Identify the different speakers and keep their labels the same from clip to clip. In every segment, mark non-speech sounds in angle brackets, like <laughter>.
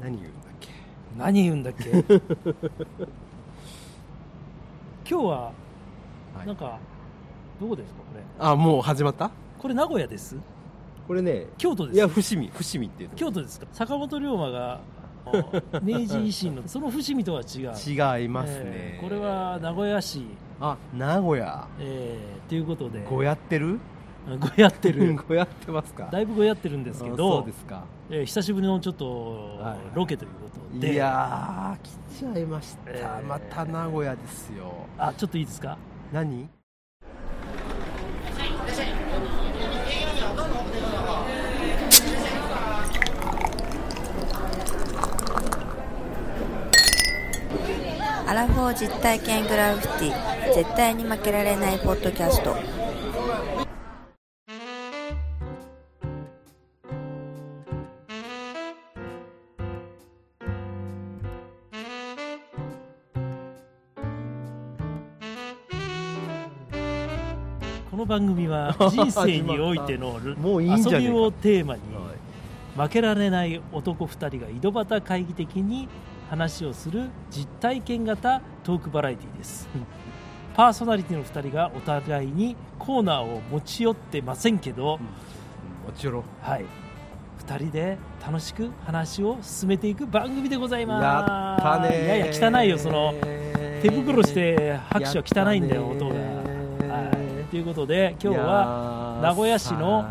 Speaker 1: 何言うんだっけ
Speaker 2: 何言うんだ
Speaker 1: <laughs>
Speaker 2: っけ今日は
Speaker 1: はい
Speaker 2: なんか、どこですかこれ
Speaker 1: あもう始まった
Speaker 2: これ名古屋です
Speaker 1: これね
Speaker 2: 京都で
Speaker 1: い
Speaker 2: す
Speaker 1: や伏見伏見っていうとこ
Speaker 2: 京都ですか坂本龍馬が明治維
Speaker 1: <laughs>
Speaker 2: 新のその伏見とは違う
Speaker 1: 違いますね、
Speaker 2: えーこれは名古屋市、
Speaker 1: あ名古屋
Speaker 2: えー、ということで
Speaker 1: ごやってる
Speaker 2: ごやってる
Speaker 1: <laughs> ごやってますか
Speaker 2: だいぶごやってるんですけ
Speaker 1: あ
Speaker 2: ど
Speaker 1: そうですか
Speaker 2: えー久しぶりのちょっと
Speaker 1: はいはい
Speaker 2: ロケということで、
Speaker 1: いやー来ちゃいました、
Speaker 2: えー
Speaker 1: また名古屋ですよ
Speaker 2: あちょっといいですか
Speaker 1: 何
Speaker 3: アラフォー実体験グラフィティ絶対に負けられないポッドキャスト
Speaker 2: この番組は人生におい
Speaker 1: <laughs>
Speaker 2: てのル
Speaker 1: もういいんじゃね
Speaker 2: 遊
Speaker 1: えか
Speaker 2: びをテーマに
Speaker 1: はい
Speaker 2: 負けられない男2人が井戸端会議的に話をする実体験型トークバラエティです <laughs> パーソナリティの2人がお互いにコーナーを持ち寄ってませんけど、
Speaker 1: もちろん
Speaker 2: はい2人で楽しく話を進めていく番組でござい
Speaker 1: やっ
Speaker 2: ます
Speaker 1: たねー
Speaker 2: いやいや汚いよその手袋して拍手は汚いんだよ
Speaker 1: やった
Speaker 2: 音
Speaker 1: ね
Speaker 2: が、
Speaker 1: ー
Speaker 2: はい、ということで今日は
Speaker 1: は
Speaker 2: 名古屋市の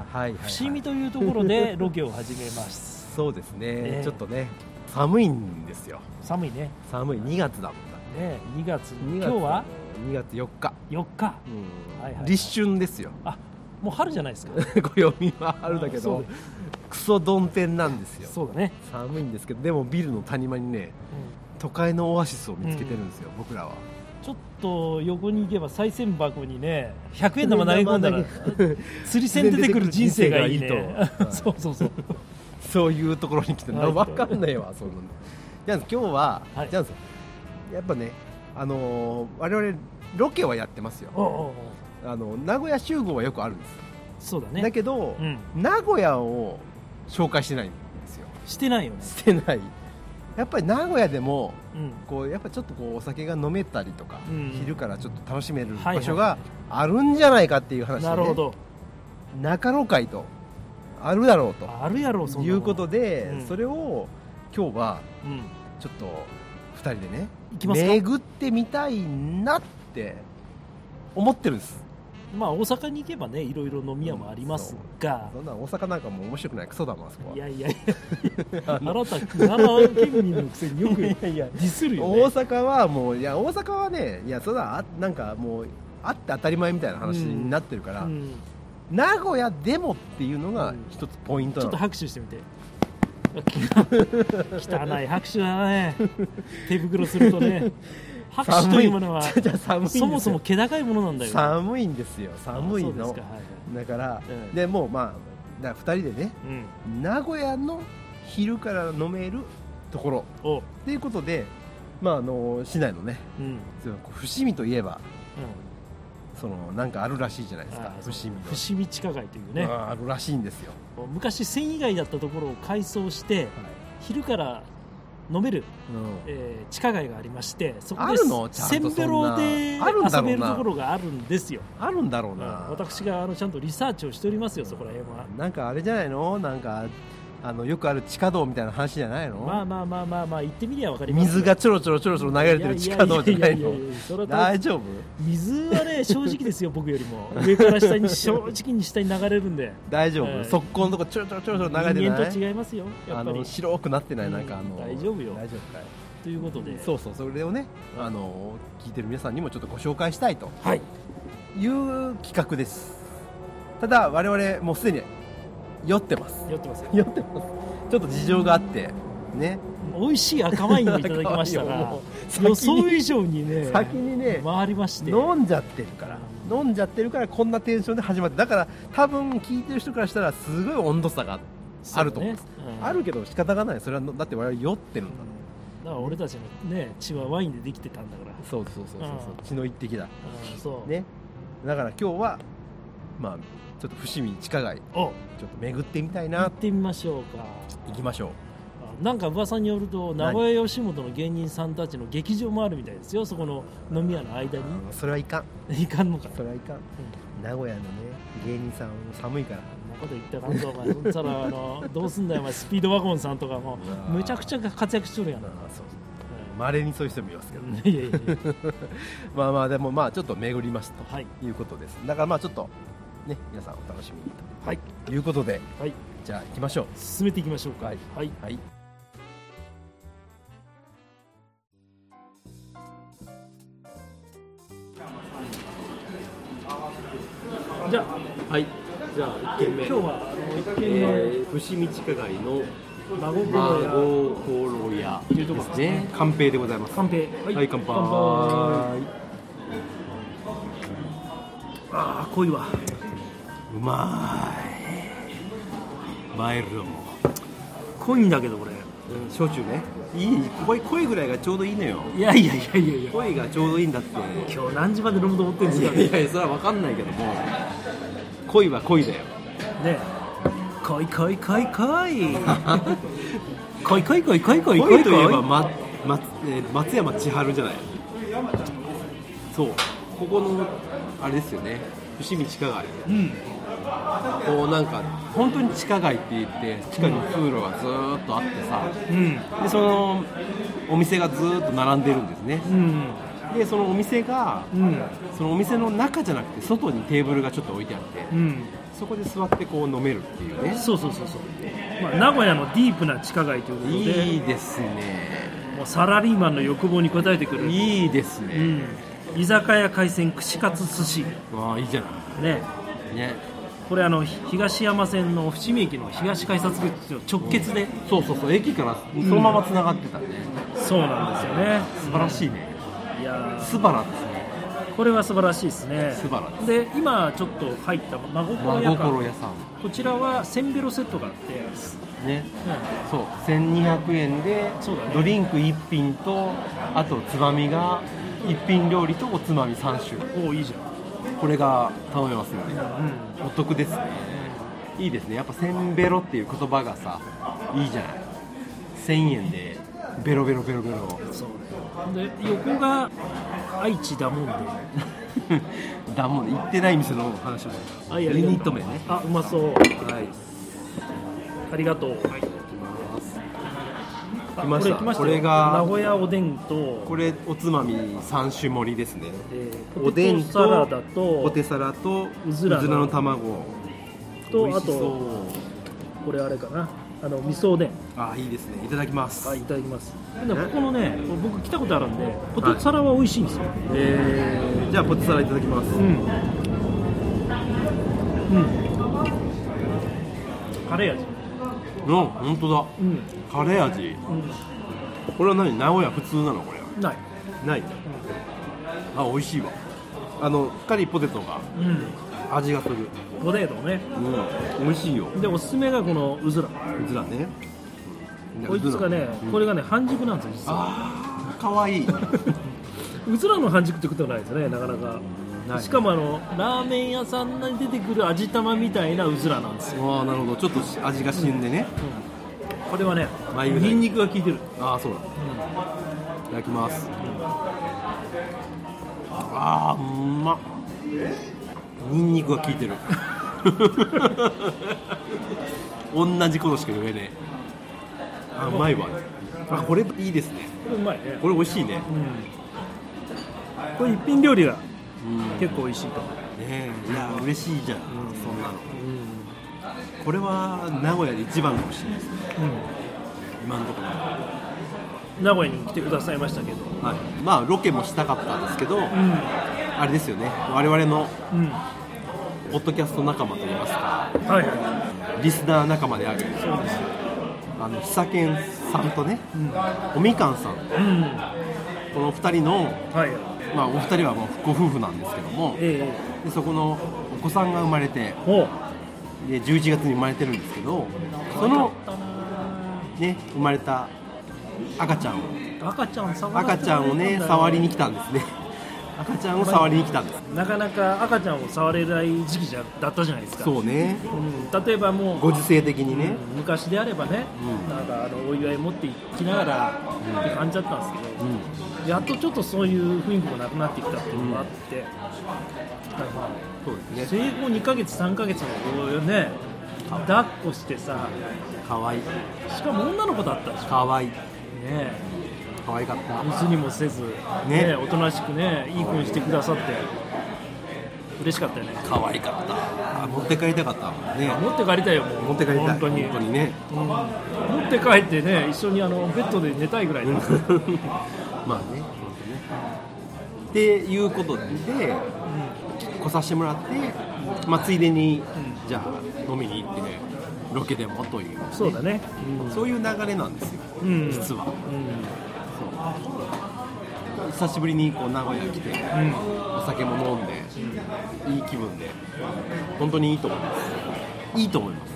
Speaker 2: 伏見というところでロケを始めます
Speaker 1: そうですね、
Speaker 2: ええ
Speaker 1: ちょっとね寒いんですよ
Speaker 2: 寒いね
Speaker 1: 寒い2月だもんだ
Speaker 2: ね2月
Speaker 1: 2
Speaker 2: 今
Speaker 1: 月
Speaker 2: 日は
Speaker 1: 2月4日、
Speaker 2: 4
Speaker 1: うん
Speaker 2: 日はいはいはい
Speaker 1: 立春ですよ <laughs>
Speaker 2: あもう春じゃないですか
Speaker 1: 暦はあるだけ
Speaker 2: あそう
Speaker 1: ど
Speaker 2: で
Speaker 1: クソ曇天なんですよ
Speaker 2: そうだね、
Speaker 1: 寒いんですけどでもビルの谷間にね都会のオアシスを見つけてるんですよ、僕らは
Speaker 2: ちょっと横に行けば賽銭箱にね100円玉投げ込んだら釣り銭出てくる人生がいいね
Speaker 1: 人生がいいとはい
Speaker 2: <laughs> そうそうそう
Speaker 1: <laughs> そういうところに来てる
Speaker 2: はい
Speaker 1: わかんないわそんなのじゃあ今日は、
Speaker 2: はい
Speaker 1: じゃあやっぱねあのー我々ロケはやってますよ
Speaker 2: おうおうおう
Speaker 1: あの名古屋集合はよくあるんです、
Speaker 2: そうだね
Speaker 1: だけど、
Speaker 2: うん、
Speaker 1: 名古屋を紹介してないんですよ <laughs>
Speaker 2: してないよね、
Speaker 1: してないやっぱり名古屋でも
Speaker 2: うん、
Speaker 1: こうやっぱちょっとこうお酒が飲めたりとか、
Speaker 2: うん
Speaker 1: 昼からちょっと楽しめる
Speaker 2: はいはい
Speaker 1: 場所があるんじゃないかっていう話で、ね
Speaker 2: なるほど
Speaker 1: 中野会とあるだろうと
Speaker 2: あるやろそんな
Speaker 1: いうこと
Speaker 2: で、
Speaker 1: で、
Speaker 2: うん
Speaker 1: それを今日は
Speaker 2: うん、
Speaker 1: ちょっと2人でね
Speaker 2: 行きますか
Speaker 1: 巡ってみたいなって思ってるんです
Speaker 2: まあ大阪に行けばねいろいろ飲み屋もありますが、
Speaker 1: そんな大阪なんかもう面白くないクソだもんあそこはい
Speaker 2: やいやいやあなた奈良県民のくせによくディスるよね
Speaker 1: 大阪はもういや大阪はねいやそれはあなんかもうあって当たり前みたいな話になってるから、
Speaker 2: うん
Speaker 1: 名古屋でもっていうのが一つポイント
Speaker 2: ち
Speaker 1: な
Speaker 2: ょっ
Speaker 1: の、
Speaker 2: と拍手してみて汚い拍手
Speaker 1: <laughs>
Speaker 2: だね手袋するとね拍手という
Speaker 1: <laughs>
Speaker 2: ものは
Speaker 1: じゃあ寒いんですよ
Speaker 2: そもそも気高いものなんだよ
Speaker 1: 寒いんですよ寒い
Speaker 2: あ
Speaker 1: の
Speaker 2: そうですかはいはい
Speaker 1: だから、
Speaker 2: うん
Speaker 1: でもうまあだから2人でね
Speaker 2: うん
Speaker 1: 名古屋の昼から飲めるところ
Speaker 2: お
Speaker 1: っていうことで、まあ、あの市内のね
Speaker 2: うんうん
Speaker 1: その伏見といえばそのなんかあるらしいじゃないですか
Speaker 2: あー
Speaker 1: 伏見の
Speaker 2: 伏見地下街というね
Speaker 1: あーあるらしいんですよ、
Speaker 2: 昔繊維街だったところを改装して昼から飲める、
Speaker 1: うん
Speaker 2: えー地下街がありましてそこ
Speaker 1: あ
Speaker 2: で
Speaker 1: るのちゃんと
Speaker 2: せんべろ
Speaker 1: そ
Speaker 2: で
Speaker 1: んなあるんだろ
Speaker 2: 遊
Speaker 1: うな
Speaker 2: べるところがあるんですよ、
Speaker 1: あるんだろう
Speaker 2: うん
Speaker 1: な、
Speaker 2: 私があのちゃんとリサーチをしておりますよそこら辺は
Speaker 1: なんかあれじゃないのなんかあのよくある地下道みたいな話じゃないの、
Speaker 2: まあまあまあまあまあ行ってみりゃわかりますよ
Speaker 1: 水がちょろちょろちょろちょろ流れてる地下道じゃない
Speaker 2: や
Speaker 1: の
Speaker 2: ややややそれは
Speaker 1: 大丈夫
Speaker 2: 水はね正直ですよ僕よりも上から下
Speaker 1: <laughs>
Speaker 2: に正直に下に流れるんで
Speaker 1: 大丈夫、
Speaker 2: ええ
Speaker 1: 側溝のとこちょろちょろちょろちょろ流れて
Speaker 2: 人
Speaker 1: な
Speaker 2: 間
Speaker 1: い
Speaker 2: と違いますよや
Speaker 1: あ
Speaker 2: っぱ
Speaker 1: の
Speaker 2: り
Speaker 1: 白くなってないなんかあの、
Speaker 2: うん大丈夫よ
Speaker 1: 大丈夫かい
Speaker 2: ということで
Speaker 1: そうそうそれをねあの聞いてる皆さんにもちょっとご紹介したいと
Speaker 2: はい
Speaker 1: いう企画ですただ我々もうすでに酔ってます
Speaker 2: 酔ってますよ
Speaker 1: 酔ってますちょっと事情があってね
Speaker 2: 美味しい赤ワインをいただきましたが
Speaker 1: もう
Speaker 2: 予
Speaker 1: 先
Speaker 2: 想
Speaker 1: に
Speaker 2: 以上にね
Speaker 1: 先にね
Speaker 2: 回りまして
Speaker 1: 飲んじゃってるから飲んじゃってるからこんなテンションで始まってだから多分聞いてる人からしたらすごい温度差があると思うんです、
Speaker 2: そうねうん
Speaker 1: あるけど仕方がないそれはだって我々酔ってるんだもん
Speaker 2: だから俺たちのね血はワインでできてたんだから
Speaker 1: そうそうそうそうそう血の一滴だ
Speaker 2: うんそう
Speaker 1: ねだから今日はまあちょっと伏見地下街
Speaker 2: お行
Speaker 1: ちょっと巡ってみたいな
Speaker 2: ってみましょうか
Speaker 1: 行きましょう
Speaker 2: あなんか噂によると名古屋吉本の芸人さんたちの劇場もあるみたいですよそこの飲み屋の間に
Speaker 4: それはいかん
Speaker 2: いかんのかな
Speaker 4: それはいかん名古屋のね芸人さんは寒いから
Speaker 2: そんなこと言ったらあかんぞお前そしたらあのどうすんだよお前スピードワゴンさんとかも
Speaker 4: うわ
Speaker 2: むちゃくちゃ活躍しとるやん
Speaker 4: まあそうまれにそういう人もいますけど、
Speaker 2: うんいやいやいや
Speaker 4: まあまあでもまあちょっと巡りますと
Speaker 2: はい
Speaker 4: いうことですだからまあちょっとね皆さんお楽しみに
Speaker 2: はい
Speaker 4: ということで
Speaker 2: はい
Speaker 4: じゃあ行きましょ
Speaker 2: 進めていきましょうか
Speaker 4: はい
Speaker 2: はい、
Speaker 4: うはい
Speaker 2: じゃ
Speaker 1: はい、じゃあ1軒目、
Speaker 2: あ今日はあの一軒目
Speaker 1: えー、伏見地下街の
Speaker 2: 孫子
Speaker 1: マー
Speaker 2: や
Speaker 1: ゴーコロヤですね。
Speaker 4: 寛平でございます
Speaker 2: カンペ
Speaker 4: はい乾杯
Speaker 1: ああ、濃いわ。うまい。マイルドも。
Speaker 2: 濃いんだけどこれ
Speaker 4: 焼酎ねいい濃い濃いぐらいがちょうどいいのよ
Speaker 2: いやいやいやいやいや
Speaker 1: 濃いがちょうどいいんだって。
Speaker 2: 今日何時まで飲むと思ってるん
Speaker 1: い
Speaker 2: ですか
Speaker 1: や
Speaker 2: ね
Speaker 1: いやいや、それは分かんないけども、濃いは濃いだよ。
Speaker 2: ね濃い濃い濃い濃い <laughs> 濃い濃い濃い濃い濃い濃
Speaker 1: 恋
Speaker 2: い
Speaker 1: といえば、
Speaker 2: 濃い
Speaker 1: ままえー松山千春じゃないそうここのあれですよね伏見地下街、こうなんか本当に地下街って言って地下に通路がずーっとあってさ
Speaker 2: うん
Speaker 1: でそのお店がずーっと並んでるんですね
Speaker 2: うん
Speaker 1: でそのお店が
Speaker 2: うん
Speaker 1: そのお店の中じゃなくて外にテーブルがちょっと置いてあって
Speaker 2: うん
Speaker 1: そこで座ってこう飲めるっていうね
Speaker 2: そうそうそうそう、まあ、名古屋のディープな地下街ということで
Speaker 1: いいですね
Speaker 2: もうサラリーマンの欲望に応えてくる
Speaker 1: いいです
Speaker 2: う
Speaker 1: ね、
Speaker 2: ん、居酒屋海鮮串カツ寿司
Speaker 1: わあいいじゃな
Speaker 2: ね
Speaker 1: いね
Speaker 2: これあのひ東山線の伏見駅の東改札口の直結で、
Speaker 1: そうそうそう駅からそのまま繋がってたね、
Speaker 2: そうなんですよね
Speaker 1: 素晴らしいね
Speaker 2: いやー
Speaker 1: スバラですね
Speaker 2: これは素晴らしいですね
Speaker 1: 素晴らし
Speaker 2: で今ちょっと入った真心
Speaker 1: 真
Speaker 2: 屋館
Speaker 1: 心屋さん
Speaker 2: こちらはせんべろセットがあって、
Speaker 1: ねそう1200円で
Speaker 2: そうだね
Speaker 1: ドリンク1品とあとつまみが1品料理とおつまみ3種
Speaker 2: うん、おおいいじゃ
Speaker 1: これが頼めますよね
Speaker 2: ん、うん、
Speaker 1: お得ですねいいですねやっぱせんべろっていう言葉がさいいじゃない1000円でベロベロベロベロ <laughs>
Speaker 2: そうで横が愛知だもんで
Speaker 1: だもんね行ってない店の話を
Speaker 2: あ
Speaker 1: ユニット名ね
Speaker 2: あうまそう
Speaker 1: はい
Speaker 2: ありがとう、あ
Speaker 1: 来ました
Speaker 2: これ来ました
Speaker 1: こ
Speaker 2: よ
Speaker 1: れが
Speaker 2: 名古屋おでんと
Speaker 1: これおつまみ3種盛りですね
Speaker 2: えー
Speaker 1: おでん
Speaker 2: ポテ
Speaker 1: と
Speaker 2: トサラダ
Speaker 1: ポ
Speaker 2: と
Speaker 1: テサラと
Speaker 2: う
Speaker 1: う
Speaker 2: ず
Speaker 1: ず
Speaker 2: ら
Speaker 1: ら
Speaker 2: の
Speaker 1: の卵美
Speaker 2: とあ
Speaker 1: 味しそう
Speaker 2: とこれあれかなあの味噌おでん
Speaker 1: ああいいですねいただきます、
Speaker 2: はいいただきますでここのね僕来たことあるんでポテトサラは美味しいんですよ、
Speaker 1: えー、じゃあポテサラいただきます、
Speaker 2: うんうんカレー味
Speaker 1: うん本当だ
Speaker 2: うん、
Speaker 1: カレー味
Speaker 2: う
Speaker 1: これは何名古屋普通なのこれは
Speaker 2: ん、ない
Speaker 1: ないあ美味しいわあのしっかりポテトが
Speaker 2: うん
Speaker 1: 味がする
Speaker 2: おでんとね
Speaker 1: うん美味しいよ
Speaker 2: でおすすめがこのうずら
Speaker 1: うずらねうん
Speaker 2: こいつがね、
Speaker 1: うん
Speaker 2: これがね半熟なんですよ実は
Speaker 1: あーかわい
Speaker 2: <laughs>
Speaker 1: い
Speaker 2: うずらの半熟ってことはないですねなかなか、
Speaker 1: ない
Speaker 2: しかもあのラーメン屋さんに出てくる味玉みたいなうずらなんですよ、
Speaker 1: ああなるほどちょっとし味が死んでね、
Speaker 2: これはね
Speaker 1: 眉毛
Speaker 2: ニンニクが効いてる
Speaker 1: ああそうだ、いただきます、ああうまっニンニクが効い <laughs> てる同じことしか言えねえあうまいわあこれいいですね
Speaker 2: これうまいね
Speaker 1: これ美味しいね
Speaker 2: うんこれ一品料理が結構美味しいと思う
Speaker 1: ねえいや嬉しいじゃん、そんなの、これは名古屋で一番かもしれないですね今のところは
Speaker 2: うん名古屋に来てくださいましたけど
Speaker 1: いまあロケもしたかったんですけど、あれですよね我々の
Speaker 2: うん
Speaker 1: ポッドキャスト仲間といいますか
Speaker 2: はいは
Speaker 1: リスナー仲間である
Speaker 2: いそうですよ
Speaker 1: あの久健さんとね、おみかんさん
Speaker 2: うん
Speaker 1: この2人の、
Speaker 2: はい
Speaker 1: まあ、お二人はもうご夫婦なんですけどもで
Speaker 2: え
Speaker 1: そこのお子さんが生まれて
Speaker 2: えおう
Speaker 1: で11月に生まれてるんですけどその、ね、生まれた赤ちゃんを
Speaker 2: 赤ちゃん触らせて
Speaker 1: 赤ちゃんをね
Speaker 2: もらっただよ
Speaker 1: 触りに来たんですね <laughs> 赤ちゃんを触りに来たんです
Speaker 2: なかなか赤ちゃんを触れない時期じゃだったじゃないですか
Speaker 1: そうね
Speaker 2: うん、例えばもう
Speaker 1: ご時世的にね、
Speaker 2: うん昔であればね、
Speaker 1: うん
Speaker 2: なんかあのお祝い持って行きながらって感じだったんですけど、やっとちょっとそういう雰囲気もなくなってきたっていうのがあって、なんかまあ
Speaker 1: そうですね
Speaker 2: 生後2ヶ月3ヶ月の子をね抱っこしてさ
Speaker 1: かわいい
Speaker 2: しかも女の子だったでしょ
Speaker 1: かわいい
Speaker 2: ね
Speaker 1: かわいかった
Speaker 2: 水にもせずね
Speaker 1: ね
Speaker 2: おとなしくねいい子にしてくださって嬉しかったよね
Speaker 1: かわいかった持って帰りたかったもんね
Speaker 2: 持って帰りたいよもう
Speaker 1: 持って帰りたい
Speaker 2: 本当に
Speaker 1: ね
Speaker 2: うん持って帰ってね一緒にあのベッドで寝たいぐらいだよ
Speaker 1: まあね本当ねっていうことで来させてもらって、まあ、ついでに、じゃあ飲みに行ってロケでもという
Speaker 2: そうだね、
Speaker 1: そういう流れなんですよ、
Speaker 2: うん
Speaker 1: 実は
Speaker 2: う
Speaker 1: そう久しぶりにこう名古屋来て
Speaker 2: ん、うん、
Speaker 1: お酒も飲んで、いい気分で本当にいいと思いますいいと思います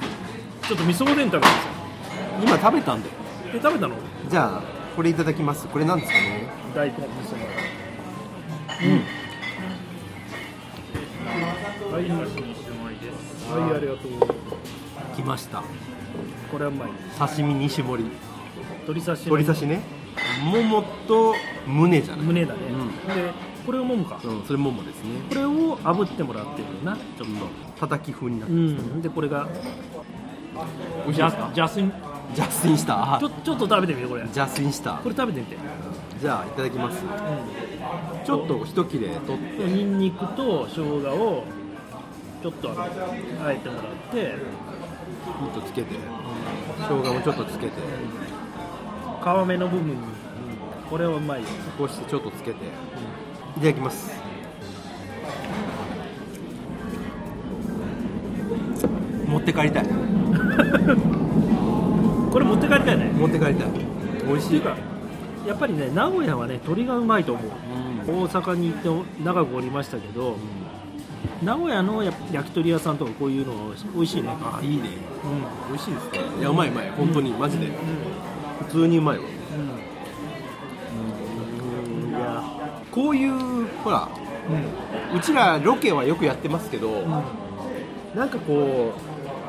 Speaker 2: ちょっと味噌おでん食べてます
Speaker 1: 今食べたんで
Speaker 2: え食べたの
Speaker 1: じゃあこれいただきますこれなんですかね
Speaker 2: 大根味噌のはい東に一枚ですはいありがとう
Speaker 1: 来ました
Speaker 2: これはうまい
Speaker 1: 刺身に絞り
Speaker 2: 鶏刺しの
Speaker 1: 鶏刺しねももと胸じゃない
Speaker 2: 胸だね、
Speaker 1: う
Speaker 2: でこれをもむかこ
Speaker 1: うん、それももですね
Speaker 2: れを炙ってもらってるんだな
Speaker 1: ちょっと叩き風になって
Speaker 2: うんでこれが
Speaker 1: 美味しい
Speaker 2: ジ
Speaker 1: で
Speaker 2: ャ
Speaker 1: すか
Speaker 2: ジャスミン
Speaker 1: ジャスインしたあ
Speaker 2: ちょちょっと食べてみてこれこ
Speaker 1: ジャスインした
Speaker 2: れ食べてみて
Speaker 1: じゃあいただきますちょっと一切れ取って
Speaker 2: でニンニクと生姜をちょっとあのあえてもらって
Speaker 1: ちょっとつけて生姜もちょっとつけて
Speaker 2: 皮目の部分に、これはうまいよ
Speaker 1: こうしてちょっとつけていただきます持って帰りたい
Speaker 2: これ持って帰りたいね
Speaker 1: 持って帰りたい美味
Speaker 2: って
Speaker 1: し
Speaker 2: い
Speaker 1: いう
Speaker 2: かやっぱりね名古屋はね鶏がうまいと思う、大阪に行って長くおりましたけど、名古屋のや焼き鳥屋さんとかこういうの美味しいね、
Speaker 1: あいいね
Speaker 2: うん
Speaker 1: 美味しいですねいやうまいうまい本当にマジで普通にうまいわ
Speaker 2: うんいや
Speaker 1: こういうほらうちらロケはよくやってますけど、なんかこう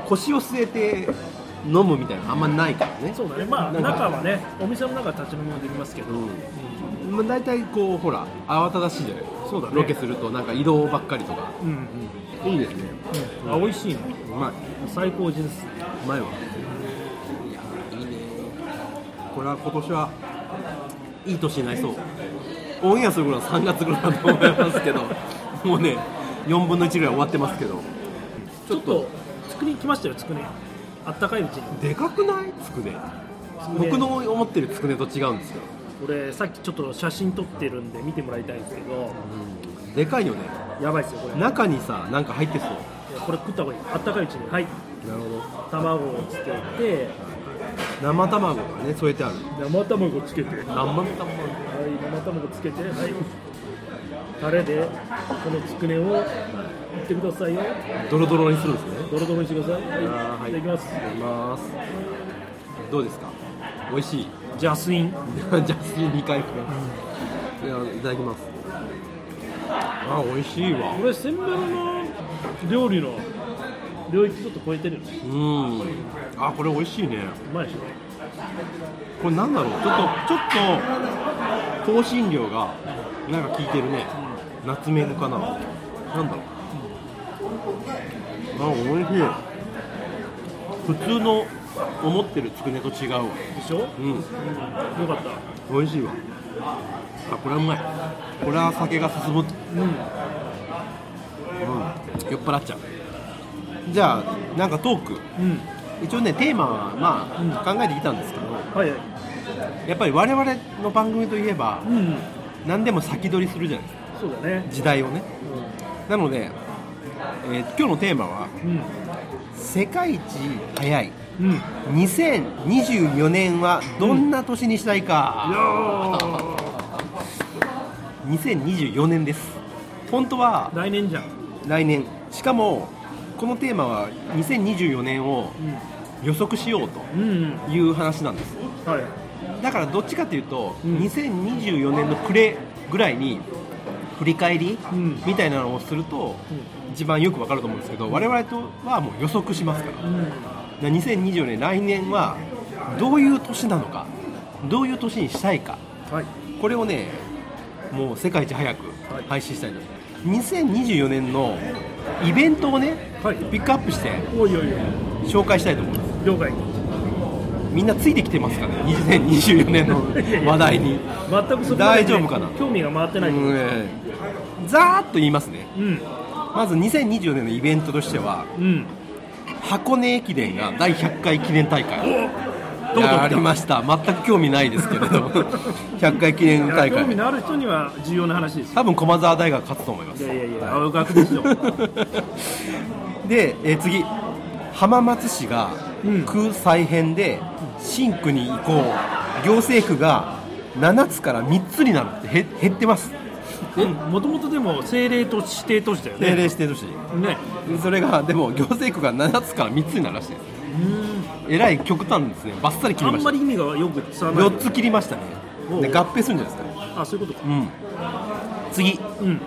Speaker 1: 腰を据えて飲むみたいなのあんまないからね
Speaker 2: そうだねまあ
Speaker 1: なんか
Speaker 2: 中はねお店の中は立ち飲みもできますけど、
Speaker 1: うん、まあ、大体こうほら慌ただしいじゃない
Speaker 2: そうだね
Speaker 1: ロケするとなんか移動ばっかりとか
Speaker 2: うん
Speaker 1: いいですね
Speaker 2: うんあ美味しいね
Speaker 1: うまい
Speaker 2: 最高で
Speaker 1: う
Speaker 2: す
Speaker 1: まいわいやいいねこれは今年はいい年になりそうオンエアする頃は3月頃だと思いますけど <laughs> もうね4分の1ぐらい終わってますけど
Speaker 2: ちょっとつくね来ましたよつくねあったかいうちに
Speaker 1: でかくないつくね
Speaker 2: くね
Speaker 1: 僕の思ってるつくねと違うんですよ、
Speaker 2: 俺さっきちょっと写真撮ってるんで見てもらいたいんですけど
Speaker 1: でかいよね
Speaker 2: やばいですよこれい
Speaker 1: 中にさなんか入ってそう
Speaker 2: やこれ食った方がいいあったかいうちにはい
Speaker 1: なるほど
Speaker 2: 卵をつけて
Speaker 1: 生卵がね添えてある
Speaker 2: 生卵つけてはい
Speaker 1: 生卵
Speaker 2: 生卵つけてはいタレでこのつくねをいってくださいよ
Speaker 1: ドロドロにするんですね
Speaker 2: ドロドロにしてくださ
Speaker 1: あ
Speaker 2: い
Speaker 1: ー
Speaker 2: はい、いただきます
Speaker 1: いただきますどうですか美味しい
Speaker 2: ジャスイン
Speaker 1: じ <laughs> ゃあ次2回くらいやいただきますあ美味しいわ
Speaker 2: これせんべろの料理の領域ちょっと超えてるよね
Speaker 1: うんあこれ美味しいね
Speaker 2: うまいでしょ
Speaker 1: これなんだろうちょっとちょっと香辛料がなんか効いてるねナツメグかななんだろうあ美味しい普通の思ってるつくねと違うわ
Speaker 2: でしょよ
Speaker 1: うん
Speaker 2: かった
Speaker 1: 美味しいわあこれはうまいこれは酒が進むうん、酔っ払っちゃうじゃあなんかトーク
Speaker 2: うん
Speaker 1: 一応ねテーマはまあ、考えてきたんですけど
Speaker 2: はいはい
Speaker 1: やっぱり我々の番組といえば
Speaker 2: うんうん
Speaker 1: 何でも先取りするじゃないですか
Speaker 2: そうだね
Speaker 1: 時代をねなので、えー今日のテーマは
Speaker 2: うん
Speaker 1: 「世界一早い
Speaker 2: うん、うん
Speaker 1: 2024年はどんな年にしたいか」2024年です本当は
Speaker 2: 来年じゃん、
Speaker 1: 来年しかもこのテーマは2024年を予測しよう
Speaker 2: うん、うんうん
Speaker 1: という話なんです
Speaker 2: はい
Speaker 1: だからどっちかというと、
Speaker 2: うん
Speaker 1: 2024年の暮れぐらいに振り返り
Speaker 2: うん
Speaker 1: みたいなのをすると一番よくわかると思うんですけど我々とはもう予測しますからで2024年来年はどういう年なのかどういう年にしたいか
Speaker 4: はい
Speaker 1: これをねもう世界一早く
Speaker 4: はい
Speaker 1: 廃止したいと2024年のイベントをね、
Speaker 4: はい
Speaker 1: ピックアップして
Speaker 4: おいおいおい
Speaker 1: 紹介したいと思います
Speaker 4: 了解
Speaker 1: みんなついてきてますかね2024年の話題に
Speaker 2: 全くそこまでね
Speaker 1: 大丈夫かな
Speaker 2: 興味が回ってないと
Speaker 1: う
Speaker 2: 思
Speaker 1: ん
Speaker 2: う
Speaker 1: えーざーっと言いますね
Speaker 2: うん
Speaker 1: まず2024年のイベントとしては
Speaker 2: うん
Speaker 1: 箱根駅伝が第100回記念大会
Speaker 2: どこ
Speaker 1: やりました全く興味ないですけれど
Speaker 2: <laughs>
Speaker 1: 100回記念大
Speaker 2: 興味
Speaker 1: 会
Speaker 2: のある人には重要な話です
Speaker 1: 多分駒澤大学勝つと思います
Speaker 2: いやいやいや
Speaker 1: は
Speaker 2: 青学でしょ
Speaker 1: で、えー次浜松市が
Speaker 2: うん
Speaker 1: 区再編で新区に移行行政区が7つから3つになるってへ減ってます
Speaker 2: もともとでも政令都市指定都市だよね
Speaker 1: 定例してるし
Speaker 2: ね
Speaker 1: それがでも行政区が7つから3つになるらしいですえらい極端ですねバッサリ切
Speaker 2: あ
Speaker 1: りま
Speaker 2: ん
Speaker 1: し
Speaker 2: ま
Speaker 1: た
Speaker 2: り意味がよく伝わらない
Speaker 1: 4つ切りましたね
Speaker 2: おう
Speaker 1: で合併するんじゃないですか
Speaker 2: あそういうことか
Speaker 1: うん次
Speaker 2: うん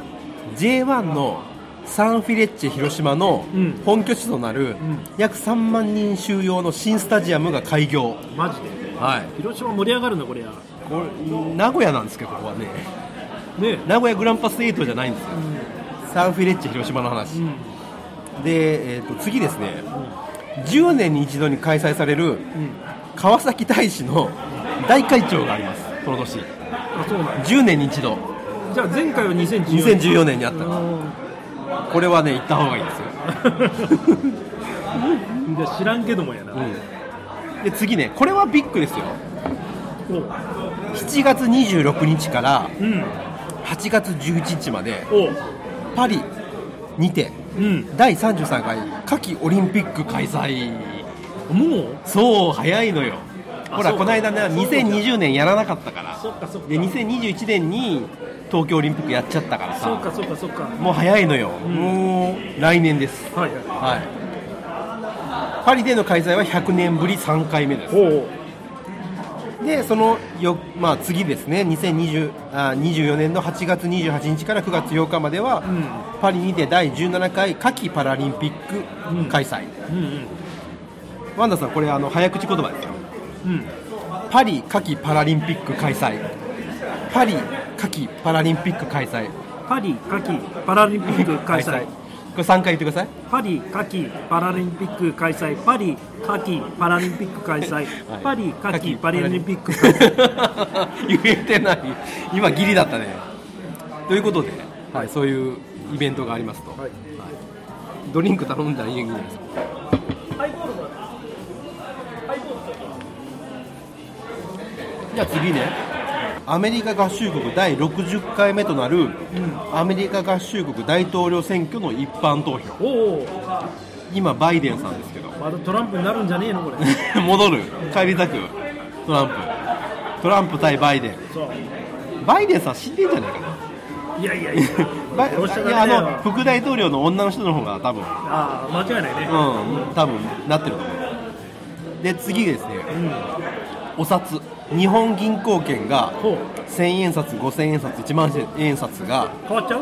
Speaker 1: J1 のサンフィレッチェ広島の
Speaker 2: うん
Speaker 1: 本拠地となる
Speaker 2: ん
Speaker 1: 約3万人収容の新スタジアムが開業、
Speaker 2: マジで
Speaker 1: はい、
Speaker 2: 広島盛り上がるなこれや
Speaker 1: これ名古屋なんですけどここはね
Speaker 2: ね
Speaker 1: 名古屋グランパス8じゃないんですよ、サンフィレッチェ広島の話、
Speaker 2: うん
Speaker 1: で、えー、と次ですね、10年に一度に開催される
Speaker 2: うん
Speaker 1: 川崎大使の大会長がありますこの年
Speaker 2: あそうなんだ
Speaker 1: 10年に一度
Speaker 2: じゃあ前回は2014年
Speaker 1: 2014年にあったの
Speaker 2: あ
Speaker 1: これはね行った方がいいですよ
Speaker 2: ーじゃあ知らんけどもやな、
Speaker 1: うん、で次ねこれはビッグですよ
Speaker 2: おう
Speaker 1: 7月26日から
Speaker 2: うん
Speaker 1: 8月11日まで
Speaker 2: おう
Speaker 1: パリにて
Speaker 2: うん
Speaker 1: 第33回夏季オリンピック開催
Speaker 2: もう
Speaker 1: そう早いのよほ
Speaker 2: そ
Speaker 1: ら
Speaker 2: う
Speaker 1: この間ね2020年やらなかったから
Speaker 2: そっかそっか
Speaker 1: で2021年に東京オリンピックやっちゃったから
Speaker 2: そうか
Speaker 1: さ
Speaker 2: そうかそうか
Speaker 1: もう早いのよ、
Speaker 2: ん
Speaker 1: もう来年です
Speaker 2: はいはい
Speaker 1: はいパリでの開催は100年ぶり3回目です
Speaker 2: おう
Speaker 1: でそのよ、まあ、次ですね2020あ24年の8月28日から9月8日までは、
Speaker 2: ん
Speaker 1: パリにて第17回夏季パラリンピック開催、
Speaker 2: うんうん
Speaker 1: ワンダさんこれあの早口言葉ですよ
Speaker 2: うん
Speaker 1: パリ夏季パラリンピック開催パリ夏季パラリンピック開催
Speaker 2: パリ夏季パラリンピック開催
Speaker 1: <laughs> これ3回言ってください <laughs>
Speaker 2: パリ夏季パラリンピック開催パリ夏季パラリンピック開催
Speaker 1: はい
Speaker 2: パリ夏季パラリンピック開催
Speaker 1: 言えてない今ギリだったねということで、はい、そういうイベントがありますと、はいドリンク頼んだらいいんじゃないですかじゃあ次ねアメリカ合衆国第60回目となるアメリカ合衆国大統領選挙の一般投票
Speaker 2: おお
Speaker 1: 今バイデンさんですけど <laughs>
Speaker 2: またトランプになるんじゃねえのこれ <laughs>
Speaker 1: 戻る帰りたくトランプトランプ対バイデン
Speaker 2: そう
Speaker 1: バイデンさん死んでんじゃないか <laughs> ない
Speaker 2: やいやいや
Speaker 1: バイ
Speaker 2: どうしたら
Speaker 1: い
Speaker 2: ね
Speaker 1: やあの副大統領の女の人の方が多分
Speaker 2: ああ間違いないね
Speaker 1: うん多分なってると思うで次ですね
Speaker 2: うん
Speaker 1: お札日本銀行券が
Speaker 2: ほう
Speaker 1: 1000円札5000円札1万円札が
Speaker 2: 変わっちゃう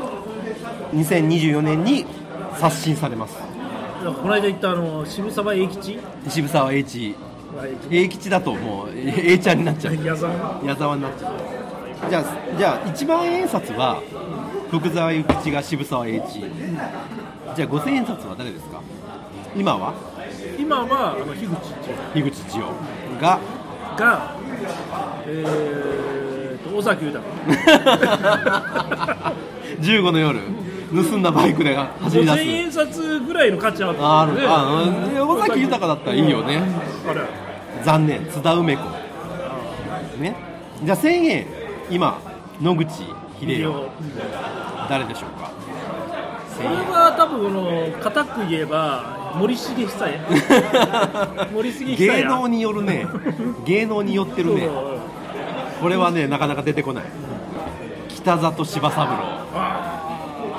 Speaker 1: 2024年に刷新されます
Speaker 2: いやこの間言ったあの渋沢栄吉
Speaker 1: 渋沢栄一栄吉だともう <laughs> え栄ちゃんになっちゃう
Speaker 2: 矢沢
Speaker 1: 矢沢になっちゃうじゃあじゃあ1万円札は福沢諭吉が渋沢栄一じゃあ5000円札は誰ですか今は
Speaker 2: <laughs> 今はあの樋口一郎
Speaker 1: 樋口千代が <laughs>
Speaker 2: がえー、と尾崎豊
Speaker 1: 15の夜盗んだバイクで走り
Speaker 2: 5000
Speaker 1: 出す
Speaker 2: 円札ぐらいの価値あった
Speaker 1: あ
Speaker 2: ん
Speaker 1: る
Speaker 2: だよ
Speaker 1: あうん尾崎豊だったらいいよね
Speaker 2: あれ
Speaker 1: 残念津田梅子ねじゃあ1000円今野口英世誰でしょうか
Speaker 2: これは多分この固く言えば森重
Speaker 1: <laughs>
Speaker 2: 久彌森重久彌
Speaker 1: 芸能による <laughs> ね芸能によってるねこれはねなかなか出てこない北里柴三郎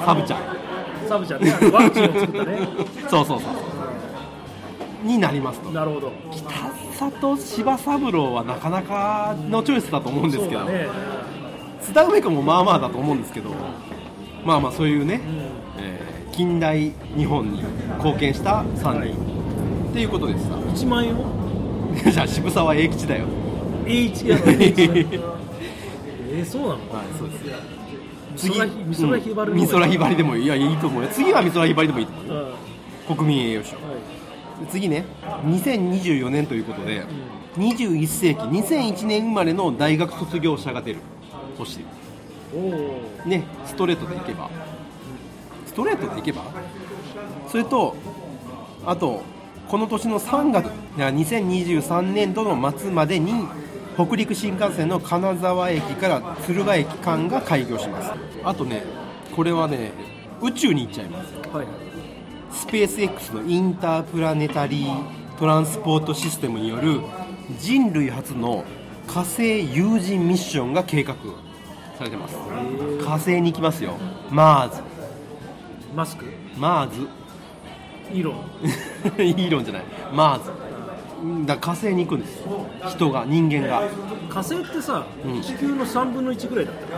Speaker 1: サブちゃん
Speaker 2: サブちゃんねあのワクチンを作ったね
Speaker 1: <laughs> そうそうそうになりますと
Speaker 2: なるほど
Speaker 1: 北里柴三郎はなかなかのチョイスだと思うんです
Speaker 2: そう
Speaker 1: けど、
Speaker 2: だね
Speaker 1: 津田梅子もまあまあだと思うんですけどまあまあそういうね、
Speaker 2: うん
Speaker 1: えー近代日本に貢献した3人、っていうことでさ
Speaker 2: <laughs> 1万円を
Speaker 1: じゃあ渋沢栄吉だよ
Speaker 2: A1 やろ A1 えー、そうなの
Speaker 1: はい <laughs> そうです
Speaker 2: 次美
Speaker 1: うん
Speaker 2: 空ひばりの
Speaker 1: 美
Speaker 2: 方が
Speaker 1: 空
Speaker 2: いい
Speaker 1: ひばりでもいいいやいいと思うよ次は美空ひばりでもいいと思う
Speaker 2: うん
Speaker 1: よ
Speaker 2: は
Speaker 1: 国民栄誉賞次ね2024年ということで、21世紀2001年生まれの大学卒業者が出る年
Speaker 2: い、おお
Speaker 1: ねストレートでいけばストレートでいけばそれとあとこの年の3月いや2023年度の末までに北陸新幹線の金沢駅から敦賀駅間が開業しますあとねこれはね宇宙に行っちゃいます
Speaker 2: はい
Speaker 1: スペース X のインタープラネタリートランスポートシステムによる人類初の火星有人ミッションが計画されてます火星に行きますよマーズ
Speaker 2: マスク
Speaker 1: マーズ
Speaker 2: イーロン
Speaker 1: イーロンじゃ <laughs> ないマーズうんだから火星に行くんです人が人間が
Speaker 2: 火星ってさ、
Speaker 1: うん
Speaker 2: 地球の3分の1ぐらいだったよ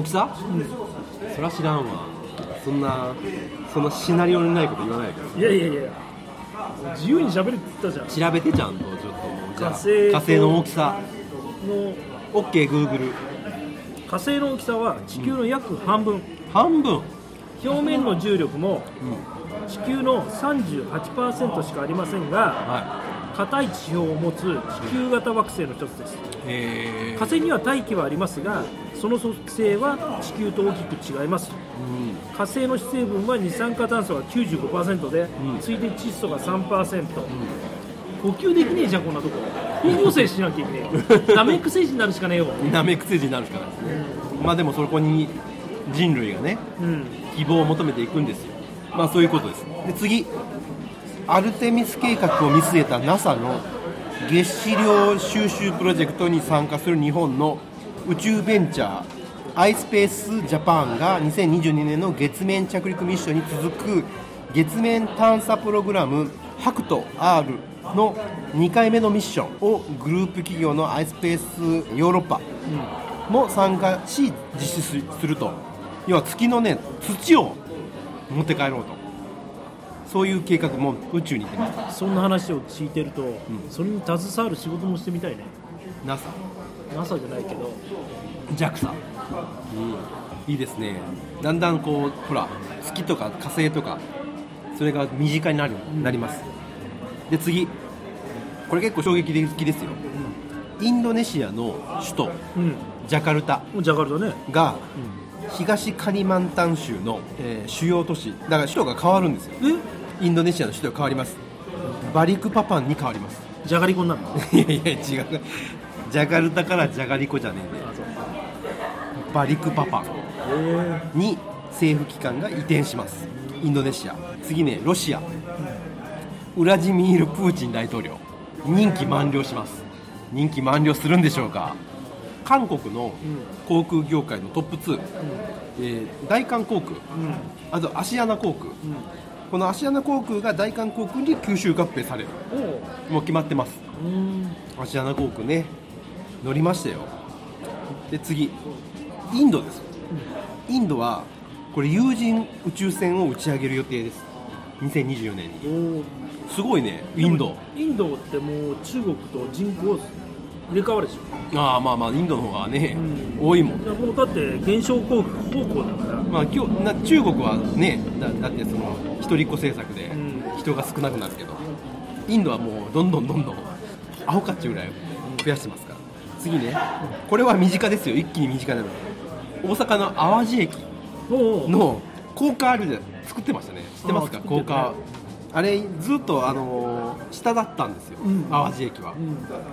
Speaker 1: 大きさ、そりゃ知らんわそんなそんなシナリオにないこと言わないか
Speaker 2: いやいやいや自由に喋れてたじゃん
Speaker 1: ら調べてちゃんとちょっともうじゃあ
Speaker 2: 火星と
Speaker 1: 火星の大きさ
Speaker 2: の
Speaker 1: OKGoogle
Speaker 2: 火星の大きさは地球の約半分、
Speaker 1: 半分
Speaker 2: 表面の重力も
Speaker 1: うん
Speaker 2: 地球の38%しかありませんが
Speaker 1: は
Speaker 2: 硬い地表を持つ地球型惑星の一つです
Speaker 1: い。え
Speaker 2: 火星には大気はありますがその属性は地球と大きく違います
Speaker 1: うん。
Speaker 2: 火星の主成分は二酸化炭素が95%で、
Speaker 1: ん
Speaker 2: 次いで窒素が3%、呼吸できねえじゃんこんなとこ光合成しなきゃいけね
Speaker 1: <laughs>
Speaker 2: えよダメくせになるしかねえよ
Speaker 1: なめくせじになるしかないですね。まあでもそこに人類がね、
Speaker 2: うん
Speaker 1: 希望を求めていくんですよ。まあそういうことです。で次、アルテミス計画を見据えた NASA の月資料収集プロジェクトに参加する日本の宇宙ベンチャー。iSpace Japan が2022年の月面着陸ミッションに続く月面探査プログラム「ハクト R」の2回目のミッションをグループ企業の iSpace ヨーロッパも参加し実施すすると要は月のね土を持って帰ろうとそういう計画も宇宙に行ってます
Speaker 2: そんな話を聞いてると、それに携わる仕事もしてみたいね
Speaker 1: NASA
Speaker 2: NASA じゃないけど
Speaker 1: JAXA、うん、いいですねだんだんこうほら月とか火星とかそれが身近になる、なりますで次これ結構衝撃的ですよ、インドネシアの首都
Speaker 2: うん
Speaker 1: ジャカルタ
Speaker 2: ジャカルタね
Speaker 1: が東カリマンタン州の、えー主要都市だから首都が変わるんですよインドネシアの首都が変わりますバリクパパンに変わります
Speaker 2: えじゃがりこになるの
Speaker 1: いやいや違うジャカルタからジャガリコじゃねえんだよバリクパパンに政府機関が移転しますインドネシア次ねロシアウラジミール・プーチン大統領任期満了します任期満了するんでしょうか韓国の航空業界のトップ2、えー大韓航空あとアシアナ航空、このアシアナ航空が大韓航空に吸収合併されるもう決まってますアシアナ航空ね乗りましたよで次インドですインドはこれ有人宇宙船を打ち上げる予定です2024年に
Speaker 2: おお
Speaker 1: すごいねインド
Speaker 2: インドってもう中国と人口入れ替わるでしょ
Speaker 1: ああまあまあインドの方がね、多いもん
Speaker 2: いやもうだって減少方向だから
Speaker 1: まあ今日な中国はねだだってその一人っ子政策で
Speaker 2: ん
Speaker 1: 人が少なくなるけどインドはもうどんどんどんどんアホかっちゅうぐらい増やしてますから次ねこれは身近ですよ一気に身近なの大阪の淡路駅
Speaker 2: おう
Speaker 1: の高架あるじゃん作ってましたね知ってますか
Speaker 2: あー作っ
Speaker 1: 高
Speaker 2: てた
Speaker 1: 架
Speaker 2: ね
Speaker 1: あれずっとあのー下だったんですよ、
Speaker 2: ん
Speaker 1: 淡路駅は、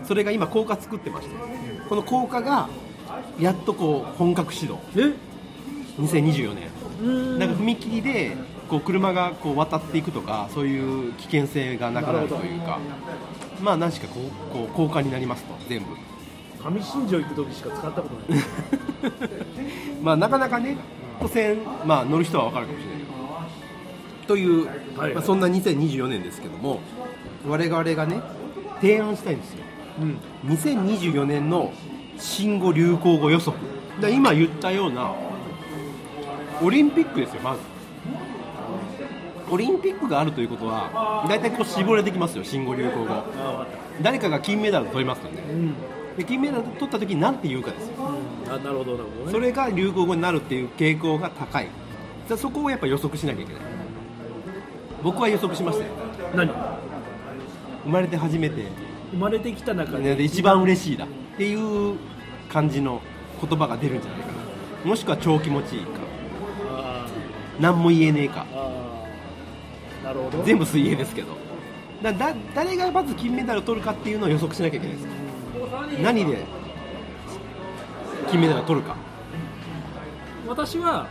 Speaker 1: それが今高架作ってましてこの高架がやっとこう本格始動
Speaker 2: え
Speaker 1: 2024年
Speaker 2: うーん
Speaker 1: なんか踏切でこう車がこう渡っていくとかそういう危険性がなくなるというかまあ何しかこうこう高架になりますと全部
Speaker 2: 上新庄行く時しか使ったことない
Speaker 1: <laughs> まあなかなかね都線、まあ、乗る人は分かるかもしれないけどという、
Speaker 2: はい
Speaker 1: まあ、そんな2024年ですけども我々がね提案したいんですよ
Speaker 2: うん
Speaker 1: 2024年の新語・流行語予測だ今言ったようなオリンピックですよまずオリンピックがあるということは大体こう絞れてきますよ新語・流行語誰かが金メダル取りますからね、で金メダル取った時に何て言うかですよ
Speaker 2: あなるほどなるほど
Speaker 1: それが流行語になるっていう傾向が高いじゃあそこをやっぱ予測しなきゃいけない僕は予測しましたよ
Speaker 2: 何
Speaker 1: 生まれて初めて
Speaker 2: 生まれてきた中
Speaker 1: ねで一番嬉しいだっていう感じの言葉が出るんじゃないかなもしくは超気持ちいいか
Speaker 2: あ
Speaker 1: 何も言えねえか
Speaker 2: ーあーなるほど
Speaker 1: 全部水泳ですけどだだ誰がまず金メダルを取るかっていうのを予測しなきゃいけないです何で金メダルを取るか、 <laughs>
Speaker 2: 私はや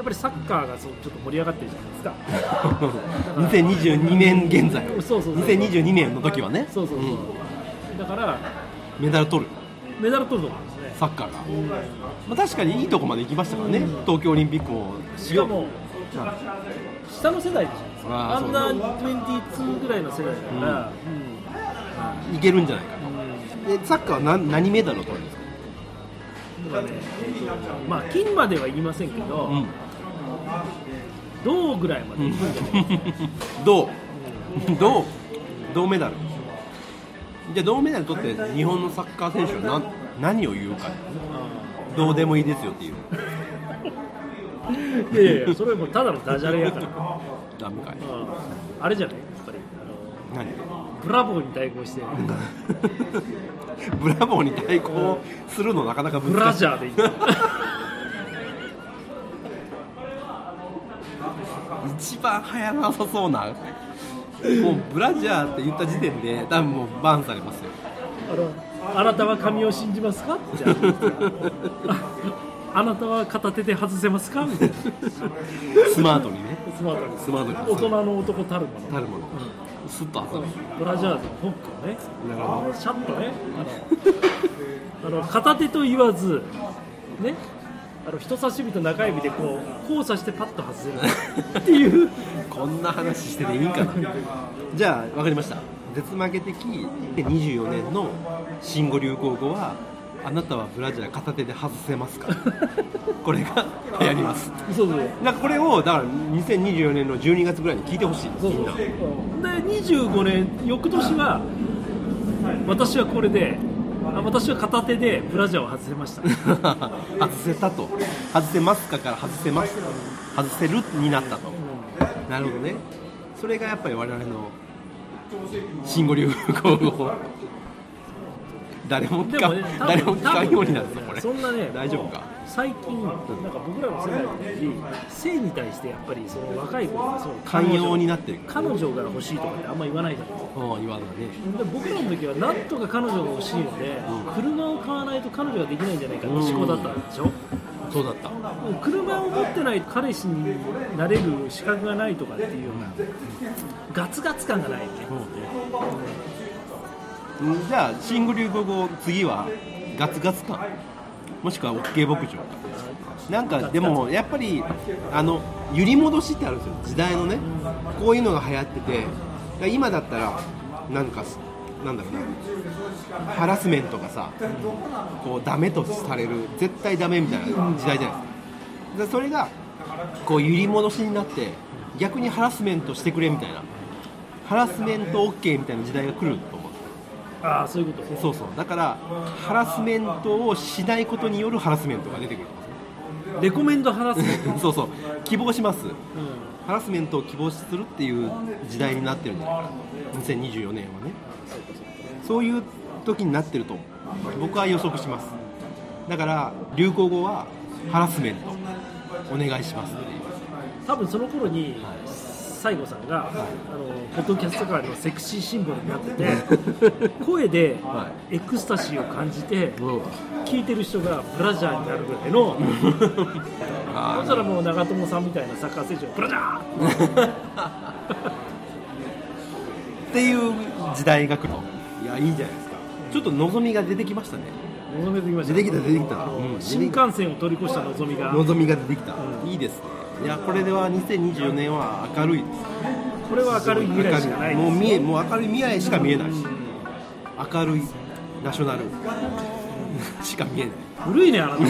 Speaker 2: っぱりサッカーがそうちょっと盛り上がってるじゃないですか
Speaker 1: うん、2022年現在
Speaker 2: そうそうそう
Speaker 1: 2022年の時はね
Speaker 2: そうそうそう、だから
Speaker 1: うんメダル取る
Speaker 2: メダル取ると思うんですね
Speaker 1: サッカーが、まあ、確かにいいとこまで行きましたからね、東京オリンピックも
Speaker 2: しかも下の世代でしょ
Speaker 1: あー
Speaker 2: アンダー22ぐらいの世代だから、
Speaker 1: いけるんじゃないかと、でサッカーは何何メダルを取るんですか、
Speaker 2: うんだからねまあ金までは言いませんけど、
Speaker 1: うん
Speaker 2: 銅ぐらいまで、
Speaker 1: 銅銅銅メダルじゃあ銅メダル取って日本のサッカー選手は何何を言うかどうでもいいですよっていう
Speaker 2: いやいやいやそれはもうただのダジャレやから、うん
Speaker 1: ダメかい
Speaker 2: あれじゃないやっぱりあ
Speaker 1: 何
Speaker 2: のブラボーに対抗して
Speaker 1: ブラボーに対抗するのなかなか
Speaker 2: ブラ
Speaker 1: 難しい
Speaker 2: ジャーでいいんだよ
Speaker 1: 一番流行らなさそうなもうブラジャーって言った時点で多分もうバンされますよ
Speaker 2: あのあなたは髪を信じますかってああなたは片手で外せますかみたいな
Speaker 1: スマートにね
Speaker 2: スマートに
Speaker 1: スマート
Speaker 2: 大
Speaker 1: に
Speaker 2: 人の男たるもの
Speaker 1: なるものスッと挟む
Speaker 2: ブラジャーズのホックをね
Speaker 1: なるほど
Speaker 2: シャッとねあのあの片手と言わずねあの人差し指と中指でこう交差してパッと外せるっていう
Speaker 1: こんな話してていいんかなじゃあ分かりました絶負け的24年の新語・流行語はあなたはブラジャー片手で外せますかこれが流行ります
Speaker 2: そうそう
Speaker 1: なんかこれをだから2024年の12月ぐらいに聞いてほしい
Speaker 2: そう
Speaker 1: み
Speaker 2: そ
Speaker 1: ん
Speaker 2: う
Speaker 1: な
Speaker 2: で25年翌年は私はこれであ私は片手でブラジャーを外せました
Speaker 1: 外せたと外せますかから外せます外せるになったとなるほどねそれがやっぱり我々の新語・流行語誰も聞
Speaker 2: で
Speaker 1: か
Speaker 2: もね多分
Speaker 1: 誰も聞かんようになるん
Speaker 2: 多
Speaker 1: で
Speaker 2: 分
Speaker 1: すこれ
Speaker 2: そんなね
Speaker 1: 大丈夫か
Speaker 2: 最近なんか僕らの世代の時性に対してやっぱりその若い子がそう
Speaker 1: 寛容になっていく
Speaker 2: 彼女が欲しいとかってあんま言わないじゃないですか
Speaker 1: お言わないね
Speaker 2: で僕らの時はなんとか彼女が欲しいので、車を買わないと彼女ができないんじゃないかって思考だったんでしょ、
Speaker 1: そうだった
Speaker 2: もう車を持ってないと彼氏になれる資格がないとかっていうようなガツガツ感がないよね
Speaker 1: うんじゃあ新語・流行語次はガツガツ感もしくは OK 牧場なんかでもやっぱりあの揺り戻しってあるんですよ時代のねこういうのが流行ってて今だったらなんかなんだろうなハラスメントがさこうダメとされる絶対ダメみたいな時代じゃないですかでそれがこう揺り戻しになって逆にハラスメントしてくれみたいなハラスメント OK みたいな時代が来ると思う
Speaker 2: ああそういうこと
Speaker 1: そうそうだからハラスメントをしないことによるハラスメントが出てくると思
Speaker 2: レコメンド話す、
Speaker 1: うんですよ <laughs> そうそう希望します
Speaker 2: うん、
Speaker 1: ハラスメントを希望するっていう時代になってるんじゃないかな2024年はねそういう時になってると僕は予測しますだから流行語はハラスメントお願いしますっていう
Speaker 2: 多分その頃に
Speaker 1: い
Speaker 2: 西郷さんが、あのポッドキャスト界のセクシーシンボルになってて声で
Speaker 1: は
Speaker 2: エクスタシーを感じて
Speaker 1: うん
Speaker 2: 聞いてる人がブラジャーになるぐ
Speaker 1: <laughs>
Speaker 2: らいのそしたらもう長友さんみたいなサッカー選手がブラジャー
Speaker 1: っていう時代が来るといやいいじゃないですかちょっと望みが出てきましたね
Speaker 2: 望めてきました
Speaker 1: 出てきた出てきた
Speaker 2: あの
Speaker 1: うん
Speaker 2: 新幹線を取り越した望みが
Speaker 1: 望みが出てきた、
Speaker 2: う
Speaker 1: いいですねいやこれでは2024年は明るいです
Speaker 2: これは明るい未来しかないです
Speaker 1: もう見えもう明るい未来しか見えないし明るい
Speaker 2: <laughs>
Speaker 1: ナショナルしか見えない
Speaker 2: 古いねあなた